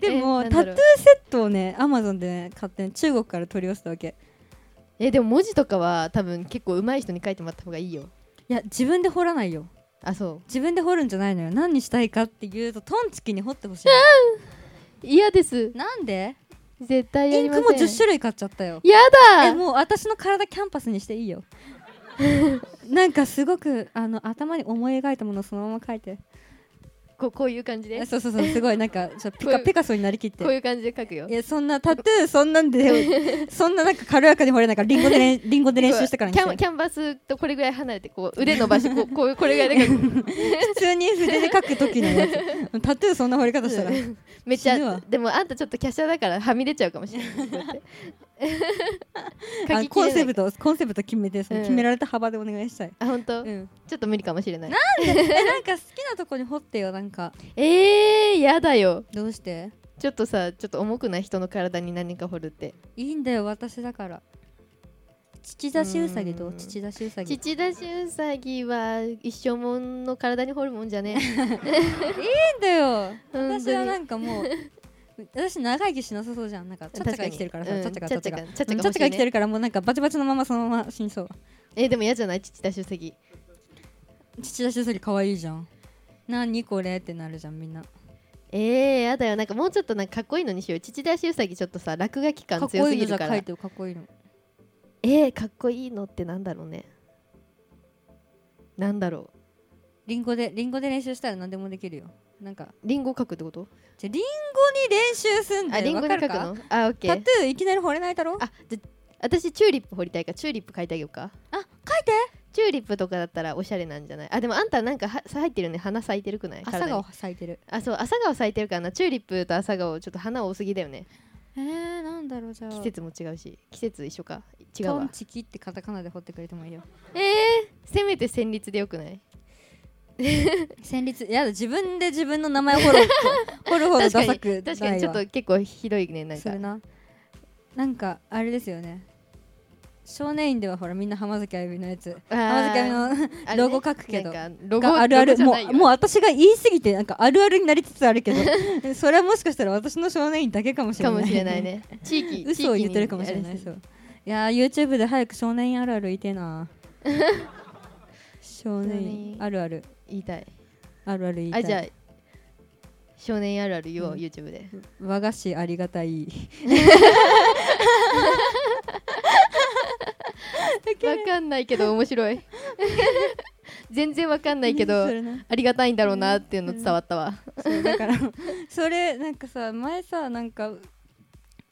[SPEAKER 1] でも
[SPEAKER 2] えなん
[SPEAKER 1] タトゥー
[SPEAKER 2] だろう
[SPEAKER 1] セットをねアマゾンでね買ってね中国から取り寄せたわけ
[SPEAKER 2] えでも文字とかは多分結構上手い人に書いてもらった方がいいよ
[SPEAKER 1] いや自分で掘らないよ
[SPEAKER 2] あそ
[SPEAKER 1] 自分で掘るんじゃないのよ何にしたいかっていうとトンチキに掘ってほしいう
[SPEAKER 2] *laughs* 嫌です
[SPEAKER 1] なんで
[SPEAKER 2] 絶対や
[SPEAKER 1] イ
[SPEAKER 2] り
[SPEAKER 1] ン
[SPEAKER 2] ま
[SPEAKER 1] ク
[SPEAKER 2] せん
[SPEAKER 1] も10種類買っちゃったよ
[SPEAKER 2] や
[SPEAKER 1] え
[SPEAKER 2] だ
[SPEAKER 1] もう私の体キャンパスにしていいよ *laughs* なんかすごくあの頭に思い描いたものをそのまま書いて
[SPEAKER 2] ここういう感じで
[SPEAKER 1] えそうそうそうすごいなんかちょピ
[SPEAKER 2] こう
[SPEAKER 1] カ
[SPEAKER 2] いう
[SPEAKER 1] ピカソになりきって
[SPEAKER 2] こういう感じで書くよ
[SPEAKER 1] いやそんなタトゥーそんなんで *laughs* そんななんか軽やかに掘れないからリンゴで
[SPEAKER 2] *laughs*
[SPEAKER 1] 練リンゴで練習してからに
[SPEAKER 2] キ
[SPEAKER 1] して
[SPEAKER 2] ャンキャンバスとこれぐらい離れてこう腕伸ばしてこうこうこれぐらいで書く
[SPEAKER 1] 普通に筆で書く時の
[SPEAKER 2] *laughs*
[SPEAKER 1] やつタトゥーそんな掘り方したら
[SPEAKER 2] うめっち
[SPEAKER 1] 死ぬわ
[SPEAKER 2] ゃでもあんたちょっと華奢だからはみ出ちゃうかもしれないこうやって書
[SPEAKER 1] あ
[SPEAKER 2] きき
[SPEAKER 1] コン
[SPEAKER 2] れな
[SPEAKER 1] セ
[SPEAKER 2] い
[SPEAKER 1] プトコンセプト決めてその
[SPEAKER 2] うん
[SPEAKER 1] 決められた幅でお願いしたい、
[SPEAKER 2] あ本
[SPEAKER 1] う
[SPEAKER 2] 当、
[SPEAKER 1] ん、
[SPEAKER 2] ちょっと無理かもしれない
[SPEAKER 1] えなんか好きなとこに掘ってよなんか
[SPEAKER 2] えー、やだよ
[SPEAKER 1] どうして
[SPEAKER 2] ちょっとさちょっと重くない人の体に何か掘るって
[SPEAKER 1] いいんだよ私だから父出しうさぎど
[SPEAKER 2] う
[SPEAKER 1] うん父出しうさぎいい
[SPEAKER 2] 父出しうさぎは一生もんの体に掘るもんじゃね
[SPEAKER 1] んだよ
[SPEAKER 2] 本当に
[SPEAKER 1] 私はなんかもう私長生きしなさそうじゃんなんか *laughs* ちゃっちゃが生きてるからさちゃっちゃがちゃっちゃが
[SPEAKER 2] ちゃっち
[SPEAKER 1] う
[SPEAKER 2] ゃ
[SPEAKER 1] ん
[SPEAKER 2] が
[SPEAKER 1] ちゃっちゃが生きて
[SPEAKER 2] る
[SPEAKER 1] るからもうなんかバチバチのままそのまま死にそう
[SPEAKER 2] えーでも嫌じゃない父出しうさぎ
[SPEAKER 1] 父出しうさぎ可愛いじゃん何これってなるじゃんみんなか
[SPEAKER 2] えー、やだよなんかもうちょっとなんかかっこいいのにしよう父出しうさぎちょっとさ落書き感
[SPEAKER 1] っこ
[SPEAKER 2] 強
[SPEAKER 1] い
[SPEAKER 2] す
[SPEAKER 1] いの
[SPEAKER 2] ぎ
[SPEAKER 1] じ
[SPEAKER 2] る
[SPEAKER 1] ゃ
[SPEAKER 2] か
[SPEAKER 1] 書
[SPEAKER 2] ら
[SPEAKER 1] いてよかっこいいの
[SPEAKER 2] えー、かっこいいのってなんだろうねなんだろう
[SPEAKER 1] リンゴでリンゴで練習したら何でもできるよなんか
[SPEAKER 2] リンゴ書くってこと
[SPEAKER 1] じゃリンゴに練習すんだ
[SPEAKER 2] あ
[SPEAKER 1] よ
[SPEAKER 2] リンゴに書く
[SPEAKER 1] わかるか
[SPEAKER 2] のあオッケ
[SPEAKER 1] タ
[SPEAKER 2] ー
[SPEAKER 1] トゥーいきなり掘れないだろ
[SPEAKER 2] あじゃ私チューリップ掘りたいからチューリップ書いてあげようか
[SPEAKER 1] あ書いて
[SPEAKER 2] チューリップとかだったらおしゃれなんじゃないあでもあんたなんかは咲いてるね花咲いてるくない
[SPEAKER 1] 朝
[SPEAKER 2] 体に
[SPEAKER 1] 顔咲いてる
[SPEAKER 2] あそう朝顔咲いてるからなチューリップと朝顔ちょっと花多すぎだよね
[SPEAKER 1] えー、なんだろうじゃあ
[SPEAKER 2] 季節も違うし季節一緒か違う
[SPEAKER 1] トン
[SPEAKER 2] わ
[SPEAKER 1] チキってカタカナで掘ってくれてもいいよ
[SPEAKER 2] えー、せめて旋律でよくない
[SPEAKER 1] 戦慄やだ自分で自分の名前掘る
[SPEAKER 2] *laughs*
[SPEAKER 1] 掘るほどダ
[SPEAKER 2] 確か
[SPEAKER 1] サ
[SPEAKER 2] に
[SPEAKER 1] くないわ
[SPEAKER 2] 確かにちょっと結構ひどいねなん
[SPEAKER 1] す
[SPEAKER 2] か
[SPEAKER 1] るななんかあれですよね少年院ではほらみんな浜崎あゆみのやつ
[SPEAKER 2] あー
[SPEAKER 1] 浜崎あゆみの
[SPEAKER 2] あれね
[SPEAKER 1] ロゴ書くけど
[SPEAKER 2] なんかロゴ
[SPEAKER 1] があるあ
[SPEAKER 2] ロゴ
[SPEAKER 1] る
[SPEAKER 2] じゃ
[SPEAKER 1] も
[SPEAKER 2] ないよ
[SPEAKER 1] うもう私が言い過ぎてなんかあるあるになりつつあるけどそれはもしかしたら私の少年院だけかもしれ
[SPEAKER 2] か
[SPEAKER 1] ない
[SPEAKER 2] もしれないね地域
[SPEAKER 1] *laughs* 嘘を言ってるかもしれないそういやー YouTube で早く少年院あるある言いてえ
[SPEAKER 2] *laughs*
[SPEAKER 1] な少
[SPEAKER 2] 少
[SPEAKER 1] 年
[SPEAKER 2] 年
[SPEAKER 1] 院
[SPEAKER 2] 院
[SPEAKER 1] あるある
[SPEAKER 2] 言いたい
[SPEAKER 1] あるある言いたい
[SPEAKER 2] あじゃあ少年あるある言おう、
[SPEAKER 1] *laughs*
[SPEAKER 2] YouTube で
[SPEAKER 1] 和菓子ありがたい
[SPEAKER 2] わかんないけど
[SPEAKER 1] *laughs*
[SPEAKER 2] 面白い全然わかんないけど
[SPEAKER 1] それな
[SPEAKER 2] ありがたいんだろうなっていうの伝わったわ、
[SPEAKER 1] そうだから *laughs* それなんかさ前さなんか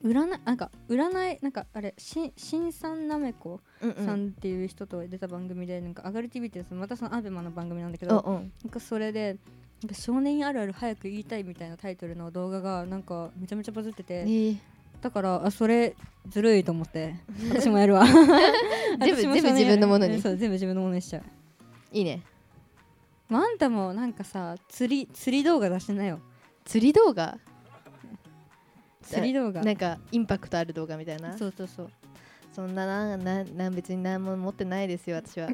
[SPEAKER 1] 占いなんか占いなんかあれし新さんなめこ
[SPEAKER 2] うん
[SPEAKER 1] さんっていう人と出た番組でなんか上がる TV ってやつまたそのアベマの番組なんだけ
[SPEAKER 2] うん
[SPEAKER 1] ど
[SPEAKER 2] うん
[SPEAKER 1] なんかそれでなんか少年あるある早く言いたいみたいなタイトルの動画がなんかめちゃめちゃバズってて、
[SPEAKER 2] ね
[SPEAKER 1] だからあそれずるいと思って
[SPEAKER 2] *laughs*
[SPEAKER 1] 私もやるわ
[SPEAKER 2] 全部
[SPEAKER 1] 私も
[SPEAKER 2] 全部
[SPEAKER 1] 少年
[SPEAKER 2] 自分のものに
[SPEAKER 1] うんそう全部自分のものにしちゃう
[SPEAKER 2] いいね
[SPEAKER 1] まああんたもなんかさ釣り釣り動画出しなよ
[SPEAKER 2] 釣り動画
[SPEAKER 1] 釣り動画
[SPEAKER 2] なんかインパクトある動画みたいなそ
[SPEAKER 1] そうそうそうん
[SPEAKER 2] なななな別に何も持ってないですよ私は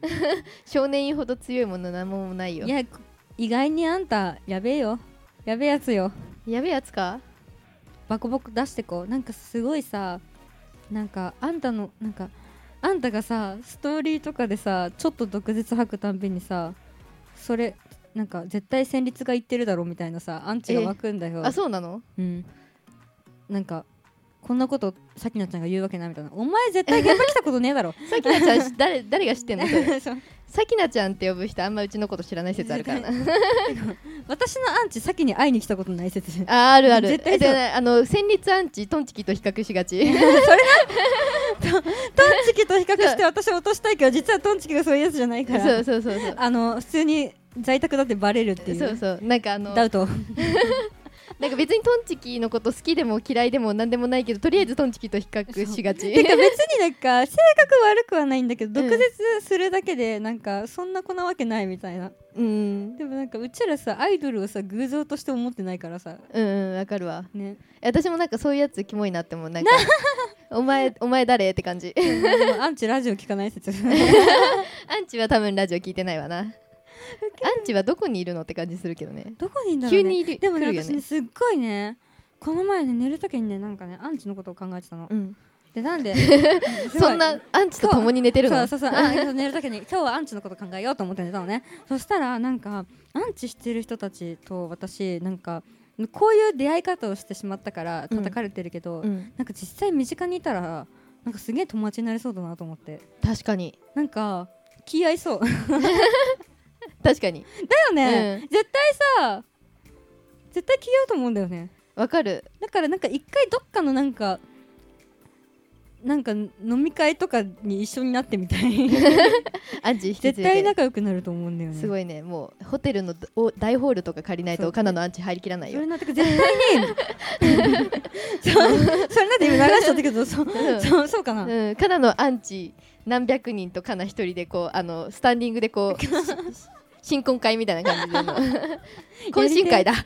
[SPEAKER 2] *laughs* 少年院ほど強いもの何もないよ
[SPEAKER 1] いやこ意外にあんたやべえよやべえやつよ
[SPEAKER 2] やべえやつか
[SPEAKER 1] バコバコ出してこうなんかすごいさなんかあんたのなんかあんたがさストーリーとかでさちょっと毒舌吐くたんびにさそれなんか絶対戦慄が言ってるだろみたいなさアンチが湧くんだよ
[SPEAKER 2] あそうなの
[SPEAKER 1] うん、なんかこんなことさきなちゃんが言うわけないみたいなお前絶対現場来たことね
[SPEAKER 2] *laughs*
[SPEAKER 1] えだろ
[SPEAKER 2] さきなちゃんし誰誰が知 *laughs* ってんのそれ
[SPEAKER 1] *laughs* そう
[SPEAKER 2] さきなちゃんって呼ぶ人あんまうちのこと知らない説あるからな
[SPEAKER 1] 私のアンチさきに会いに来たことない説それ
[SPEAKER 2] *laughs* ああるある
[SPEAKER 1] 絶対そう
[SPEAKER 2] であの戦慄アンチトンチキと比較しが *laughs* ち
[SPEAKER 1] トンチキと比較して私を落としたいけど実はトンチキがそういうやつじゃないか
[SPEAKER 2] そ
[SPEAKER 1] ら
[SPEAKER 2] う *laughs* そうそうそう
[SPEAKER 1] あの普通に在宅だってバレるっていう
[SPEAKER 2] そうそうなんかあの
[SPEAKER 1] ダウト
[SPEAKER 2] なんか別にトンチキのこと好きでも嫌いでもなんでもないけどとりあえずトンチキと比較しが *laughs* ち
[SPEAKER 1] てか別になんか性格悪くはないんだけど
[SPEAKER 2] うん
[SPEAKER 1] 毒舌するだけでなんかそんな子なわけないみたいな
[SPEAKER 2] うん
[SPEAKER 1] でもなんかうちらさアイドルをさ偶像として思ってないからさ
[SPEAKER 2] うんうんわかるわ
[SPEAKER 1] ね
[SPEAKER 2] 私もなんかそういうやつキモいなって思うなんかお前 *laughs* お前誰って感じ
[SPEAKER 1] でもアンチラジオ聞かない
[SPEAKER 2] *laughs*
[SPEAKER 1] 説
[SPEAKER 2] アンチは多分ラジオ聞いてないわなアンチはどこにいるのって感じするけどね
[SPEAKER 1] どこにいんだろう、
[SPEAKER 2] 急
[SPEAKER 1] ね、
[SPEAKER 2] にいる
[SPEAKER 1] でも
[SPEAKER 2] 来
[SPEAKER 1] ね
[SPEAKER 2] るよ
[SPEAKER 1] 私ね
[SPEAKER 2] ね
[SPEAKER 1] すっごいねこの前ね寝るときにねなんかねアンチのことを考えてたの
[SPEAKER 2] うん
[SPEAKER 1] でなん
[SPEAKER 2] *laughs*
[SPEAKER 1] で
[SPEAKER 2] そんなアンチと共に寝てる
[SPEAKER 1] そ
[SPEAKER 2] の
[SPEAKER 1] うそうそうあそう寝るときに *laughs* 今日はアンチのこと考えようと思って寝たのねそしたらなんかアンチしてる人たちと私なんかこういう出会い方をしてしまったから
[SPEAKER 2] うん
[SPEAKER 1] 叩かれてるけど、
[SPEAKER 2] うん
[SPEAKER 1] なんか実際身近にいたらなんかすげえ友達になれそうだなと思って
[SPEAKER 2] 確かに
[SPEAKER 1] なんか気合いそうだ
[SPEAKER 2] 確かに
[SPEAKER 1] よね、
[SPEAKER 2] うん
[SPEAKER 1] 絶対さ絶対気合うと思うんだよね
[SPEAKER 2] わかる
[SPEAKER 1] だからなんか一回どっかのなんかなんか飲み会とかに一緒になってみ
[SPEAKER 2] *laughs*
[SPEAKER 1] たい
[SPEAKER 2] アンチ引き連
[SPEAKER 1] 絶
[SPEAKER 2] れ
[SPEAKER 1] 対
[SPEAKER 2] て
[SPEAKER 1] 仲良くなると思うんだよね
[SPEAKER 2] す
[SPEAKER 1] い
[SPEAKER 2] ごいねもうホテルのお大ホールとか借りない
[SPEAKER 1] そ
[SPEAKER 2] と
[SPEAKER 1] う
[SPEAKER 2] カナのアンチ入りきらない
[SPEAKER 1] そ
[SPEAKER 2] よ
[SPEAKER 1] れなんてか絶対に *laughs* そうそれなんて今流しちゃったけどそう
[SPEAKER 2] うん
[SPEAKER 1] そうそうかな、
[SPEAKER 2] うん、カナのアンチ何百人とカナ一人でこうあのスタンディングで
[SPEAKER 1] *laughs*
[SPEAKER 2] こうし新婚会みたいな感じでもう懇親
[SPEAKER 1] *laughs*
[SPEAKER 2] 会だ懇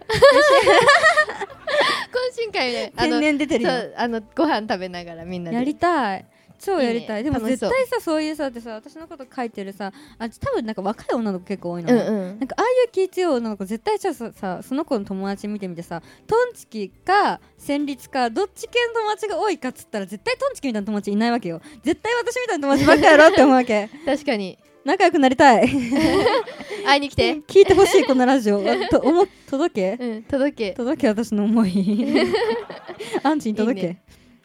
[SPEAKER 2] 親会であ
[SPEAKER 1] 天
[SPEAKER 2] の
[SPEAKER 1] 然出てる
[SPEAKER 2] そ
[SPEAKER 1] よ
[SPEAKER 2] うあのご飯食べながらみんなで
[SPEAKER 1] やりたい超やりたい
[SPEAKER 2] いい
[SPEAKER 1] で
[SPEAKER 2] ね
[SPEAKER 1] も
[SPEAKER 2] 楽し
[SPEAKER 1] 絶
[SPEAKER 2] そう
[SPEAKER 1] 対さそういうさってさ私のこと書いてるさあ多分なんか若い女の子結構多いの
[SPEAKER 2] う
[SPEAKER 1] ね、
[SPEAKER 2] んうん
[SPEAKER 1] なんかああいう気強い女の子絶対ちょっとさその子の友達見てみてさトンチキか戦慄かどっち系の友達が多いかっつったら絶対トンチキみたいな友達いないわけよ絶対私みたいな友達ばっかやろって思うわ
[SPEAKER 2] *laughs*
[SPEAKER 1] け
[SPEAKER 2] 確かに
[SPEAKER 1] 仲良くなりたい
[SPEAKER 2] 会いに来て、
[SPEAKER 1] *laughs* 聞いてほしいこのラジオ *laughs* あと思っ *laughs* 届け
[SPEAKER 2] うん、届け
[SPEAKER 1] 届け私の思 *laughs* いアンチに届け
[SPEAKER 2] いい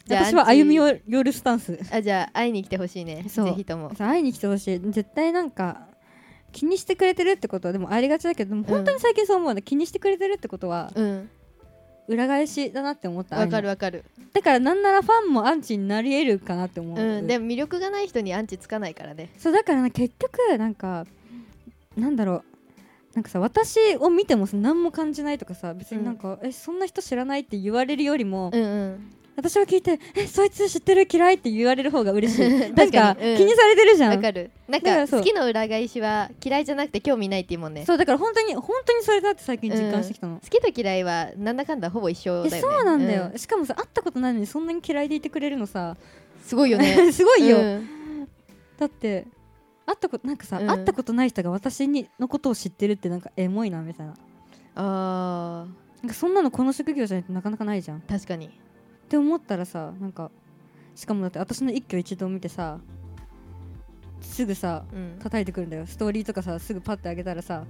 [SPEAKER 2] じゃあ
[SPEAKER 1] 私は
[SPEAKER 2] アンチ
[SPEAKER 1] 歩み寄るスタンス
[SPEAKER 2] あじゃあ会いに来てほしいね
[SPEAKER 1] そう
[SPEAKER 2] ぜひとも
[SPEAKER 1] さ会いに来てほしい絶対なんか気にしてくれてるってことはでもありがちだけどでも本当に最近そう思うね、気にしてくれてるってことは
[SPEAKER 2] うん
[SPEAKER 1] 裏返しだなって思った
[SPEAKER 2] わかる
[SPEAKER 1] あ
[SPEAKER 2] わかる、
[SPEAKER 1] のだからなんならファンもアンチになり得るかなって思う、
[SPEAKER 2] うん、でも魅力がない人にアンチつかないからね
[SPEAKER 1] そうだからな結局なんかなんだろうなんかさ私を見てもさ何も感じないとかさ別になんか、えそんな人知らないって言われるよりも、
[SPEAKER 2] うんうん
[SPEAKER 1] 私は聞いてえそいつ知ってる嫌いって言われる方が嬉しい *laughs* なん
[SPEAKER 2] 確
[SPEAKER 1] か
[SPEAKER 2] かにうん
[SPEAKER 1] 気にされてるじゃ
[SPEAKER 2] わ
[SPEAKER 1] ん
[SPEAKER 2] かるなん
[SPEAKER 1] だか
[SPEAKER 2] から
[SPEAKER 1] そう
[SPEAKER 2] 好きの裏返しは嫌いじゃなくて興味ないっていうもんね
[SPEAKER 1] そうだから本当に本当にそれだって最近実感してきたの、
[SPEAKER 2] 好きと嫌いはなんだかんだほぼ一緒
[SPEAKER 1] え
[SPEAKER 2] だよね
[SPEAKER 1] そうなんだよ、しかもさ会ったことないのにそんなに嫌いでいてくれるのさ
[SPEAKER 2] うんすごいよ
[SPEAKER 1] *laughs*
[SPEAKER 2] ね
[SPEAKER 1] すごいよ、
[SPEAKER 2] うん
[SPEAKER 1] だって会ったことなんかさ、
[SPEAKER 2] うん
[SPEAKER 1] 会ったことない人が私にのことを知ってるってなんかエモいなみたいな
[SPEAKER 2] あ
[SPEAKER 1] なんかそんなのこの職業じゃないとなかなかないじゃんっ
[SPEAKER 2] ー確かに
[SPEAKER 1] て思ったらさなんかしかもだって私の一挙一動見てさすぐさ
[SPEAKER 2] うん
[SPEAKER 1] 叩いてくるんだよストーリーとかさすぐパッてあげたらさ、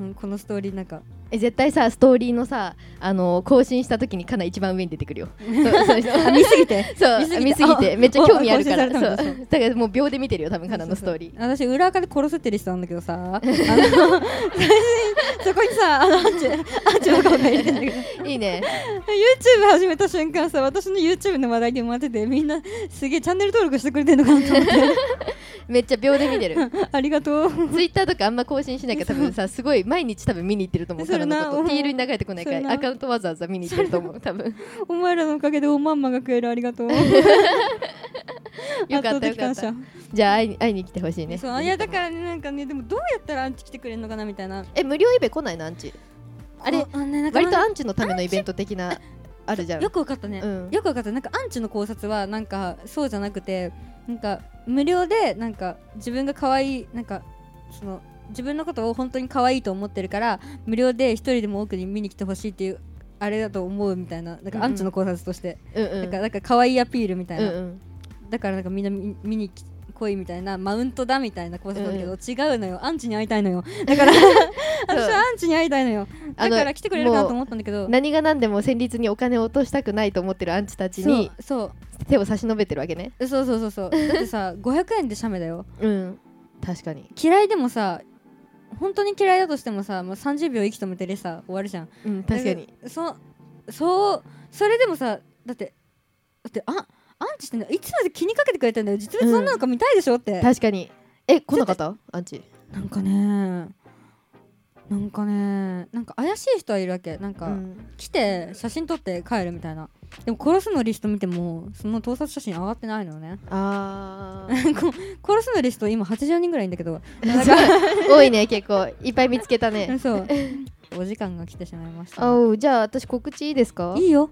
[SPEAKER 1] うん、このストーリーなんか
[SPEAKER 2] え絶対さストーリーのさあの更新した時にかな一番上に出て
[SPEAKER 1] *laughs*
[SPEAKER 2] くるよそうそうそう
[SPEAKER 1] あ見すぎて
[SPEAKER 2] そう見すぎてめっちゃ興味あるから
[SPEAKER 1] 更新
[SPEAKER 2] そ
[SPEAKER 1] され
[SPEAKER 2] う
[SPEAKER 1] たの
[SPEAKER 2] だからもう秒で見てるよ多分かなのストーリー
[SPEAKER 1] そうそうそう私裏垢で殺すってリストなんだけどさあの最初にそこにさあのアンチアンチの顔が入れてんだけど
[SPEAKER 2] いいね
[SPEAKER 1] YouTube 始めた瞬間さ私の YouTube の話題で回っててみんなすげえチャンネル登録してくれてるのかなと思って
[SPEAKER 2] めっちゃ秒で見てる
[SPEAKER 1] *laughs* ありがとう
[SPEAKER 2] ツイッターとかあんま更新しないから多分さすごい毎日多分見に行ってると思う
[SPEAKER 1] そ
[SPEAKER 2] か
[SPEAKER 1] れ
[SPEAKER 2] ら
[SPEAKER 1] な
[SPEAKER 2] のこと
[SPEAKER 1] うん
[SPEAKER 2] TL に流れてこないか
[SPEAKER 1] それ
[SPEAKER 2] ら
[SPEAKER 1] な
[SPEAKER 2] アカウントわざわざ見に行ってると思う多
[SPEAKER 1] *laughs*
[SPEAKER 2] 分
[SPEAKER 1] お前らのおかげでおまんまが食えるありが
[SPEAKER 2] *laughs*
[SPEAKER 1] とう
[SPEAKER 2] よかったよかったじゃあ会いに会いに来てほしいね
[SPEAKER 1] そういやだからねなんかねでもどうやったらアンチ来てくれるのかなみたいな
[SPEAKER 2] え無料イベ来ないのアンチあれ
[SPEAKER 1] あ、ね、なんか
[SPEAKER 2] 割とアンチのためのイベント的なあるじゃん
[SPEAKER 1] よくわかったね、
[SPEAKER 2] うん
[SPEAKER 1] よくわかったなんかアンチの考察はなんかそうじゃなくてなんか無料でなんか自分が可愛いなんかその自分のことを本当に可愛いと思ってるから無料で一人でも多くに見に来てほしいっていうあれだと思うみたいななん
[SPEAKER 2] うんう
[SPEAKER 1] か
[SPEAKER 2] ん
[SPEAKER 1] アンチの考察として、
[SPEAKER 2] うんうん
[SPEAKER 1] なんかなんか可愛いアピールみたい
[SPEAKER 2] うん
[SPEAKER 1] な、
[SPEAKER 2] うん
[SPEAKER 1] だからなんかみんな見見に来いみたいなマウントだみたいな構成なんだけど、
[SPEAKER 2] う
[SPEAKER 1] 違うのよアンチに会いたいのよだから私はアンチに会いたいのよ
[SPEAKER 2] あ
[SPEAKER 1] だ
[SPEAKER 2] の
[SPEAKER 1] から来てくれるかなと思ったんだけど
[SPEAKER 2] 何が何でも戦慄にお金を落としたくないと思ってるアンチたち
[SPEAKER 1] そう
[SPEAKER 2] に
[SPEAKER 1] そう
[SPEAKER 2] 手を差し伸べてるわけね
[SPEAKER 1] えそうそうそうそうだって
[SPEAKER 2] *laughs*
[SPEAKER 1] さ500円でシャメだよ
[SPEAKER 2] うん確かに、
[SPEAKER 1] 嫌いでもさ本当に嫌いだとしてもさもう30秒息止めてでさ終わるじゃん
[SPEAKER 2] うん、確か
[SPEAKER 1] だ
[SPEAKER 2] に
[SPEAKER 1] けどそそうそれでもさだってだってあアンチしてんだいつまで気にかけてくれてんだよ実物そんなのか見たいでしょって、
[SPEAKER 2] 確かにえ来なかったアンチ
[SPEAKER 1] なんかねなんかねなんか怪しい人はいるわけなんか、
[SPEAKER 2] うん
[SPEAKER 1] 来て写真撮って帰るみたいなでも殺すのリスト見てもその盗撮写真上がってないのよね
[SPEAKER 2] あ
[SPEAKER 1] こ
[SPEAKER 2] ー
[SPEAKER 1] 殺すのリスト今80人ぐらいいんだけど
[SPEAKER 2] *laughs* 多いね結構いっぱい見つけたね
[SPEAKER 1] そう
[SPEAKER 2] *laughs*
[SPEAKER 1] お時間が来てしまいました
[SPEAKER 2] おうじゃあ私告知いいですか
[SPEAKER 1] いいよ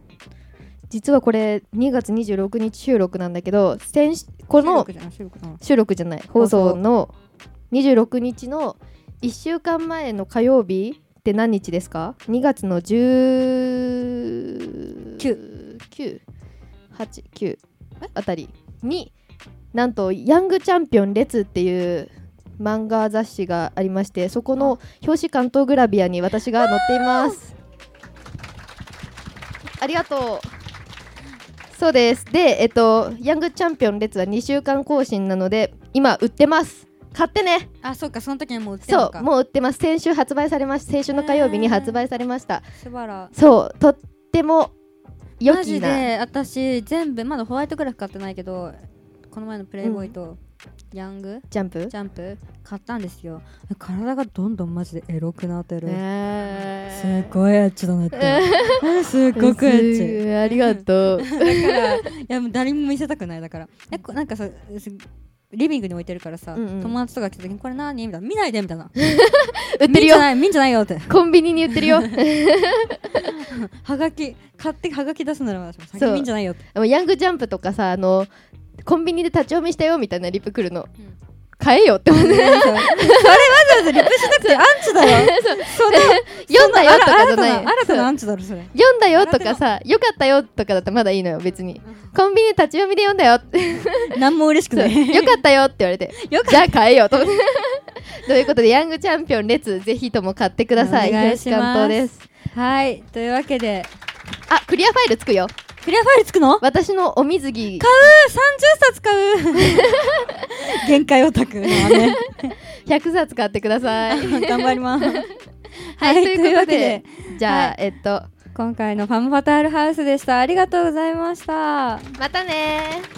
[SPEAKER 2] 実はこれ2月26日収録なんだけど先しこの
[SPEAKER 1] 収録じゃない収録じゃない
[SPEAKER 2] 収録じゃない放送の26日の1週間前の火曜日って何日ですか ?2 月の1989あたりになんと「ヤングチャンピオン列」っていう漫画雑誌がありましてそこの表紙関東グラビアに私が載っていますありがとうそうですでえっとヤングチャンピオン列は2週間更新なので今売ってます買ってね
[SPEAKER 1] あそうかその時はもう売ってる
[SPEAKER 2] そ
[SPEAKER 1] の
[SPEAKER 2] う
[SPEAKER 1] かう
[SPEAKER 2] もう売ってます先週発売されました先週の火曜日に発売されました
[SPEAKER 1] しばら
[SPEAKER 2] そうとっても良
[SPEAKER 1] マ
[SPEAKER 2] き
[SPEAKER 1] ジ
[SPEAKER 2] な
[SPEAKER 1] で私全部まだホワイトグラフ買ってないけどこの前のプレイボーイとヤング
[SPEAKER 2] ジャンプ
[SPEAKER 1] ジャンプ買ったんですよ体がどんどんマジでエロくなってる、すっ
[SPEAKER 2] ね
[SPEAKER 1] ごいエッチだなってすっごくエッチ
[SPEAKER 2] ありがとう
[SPEAKER 1] だからいやもう誰にも見せたくないだからえこなんかさすリビングに置いてるからさ、
[SPEAKER 2] うんうん
[SPEAKER 1] 友達とか来た時にこれ何みたいな見ないでみたいな
[SPEAKER 2] 売ってる
[SPEAKER 1] 見んじゃ
[SPEAKER 2] よ
[SPEAKER 1] ない見んじゃないよって
[SPEAKER 2] コンビニに売ってる
[SPEAKER 1] *laughs*
[SPEAKER 2] よ
[SPEAKER 1] はがき買ってはがき出すなら私も
[SPEAKER 2] そ
[SPEAKER 1] 先
[SPEAKER 2] う
[SPEAKER 1] 見んじゃないよって
[SPEAKER 2] あのヤングジャンプとかさあのコンビニで立ち読みしたよみたいなリップ来るの、
[SPEAKER 1] うん
[SPEAKER 2] 買えよって思って
[SPEAKER 1] *laughs* それわざわざリプしなくてアンチだよそれ
[SPEAKER 2] 読んだよとかじ
[SPEAKER 1] 新
[SPEAKER 2] ゃ *laughs* な
[SPEAKER 1] たな新た
[SPEAKER 2] い
[SPEAKER 1] な
[SPEAKER 2] そ
[SPEAKER 1] ア
[SPEAKER 2] う
[SPEAKER 1] ンチだろそれ
[SPEAKER 2] 読んだよとかさよかったよとかだったらまだいいのよ別にコンビニで立ち読みで読んだよって
[SPEAKER 1] 何も嬉しく
[SPEAKER 2] そ
[SPEAKER 1] な
[SPEAKER 2] う
[SPEAKER 1] い
[SPEAKER 2] よかったよって言われて
[SPEAKER 1] *laughs* よ
[SPEAKER 2] じゃあ買えよと思って *laughs* ということでヤングチャンピオン列ぜひとも買ってください
[SPEAKER 1] お願いします
[SPEAKER 2] よろく担当です
[SPEAKER 1] はいというわけで
[SPEAKER 2] あクリアファイルつくよ
[SPEAKER 1] クリアファイルつくの
[SPEAKER 2] 私のお水着
[SPEAKER 1] 買う30冊買う
[SPEAKER 2] *laughs*
[SPEAKER 1] 限界オタクのね
[SPEAKER 2] 100冊買ってくださ *laughs* い
[SPEAKER 1] 頑張ります
[SPEAKER 2] はいということでじゃあ、
[SPEAKER 1] はい
[SPEAKER 2] えっと
[SPEAKER 1] 今回のファムファタールハウスでしたありがとうございました
[SPEAKER 2] またねー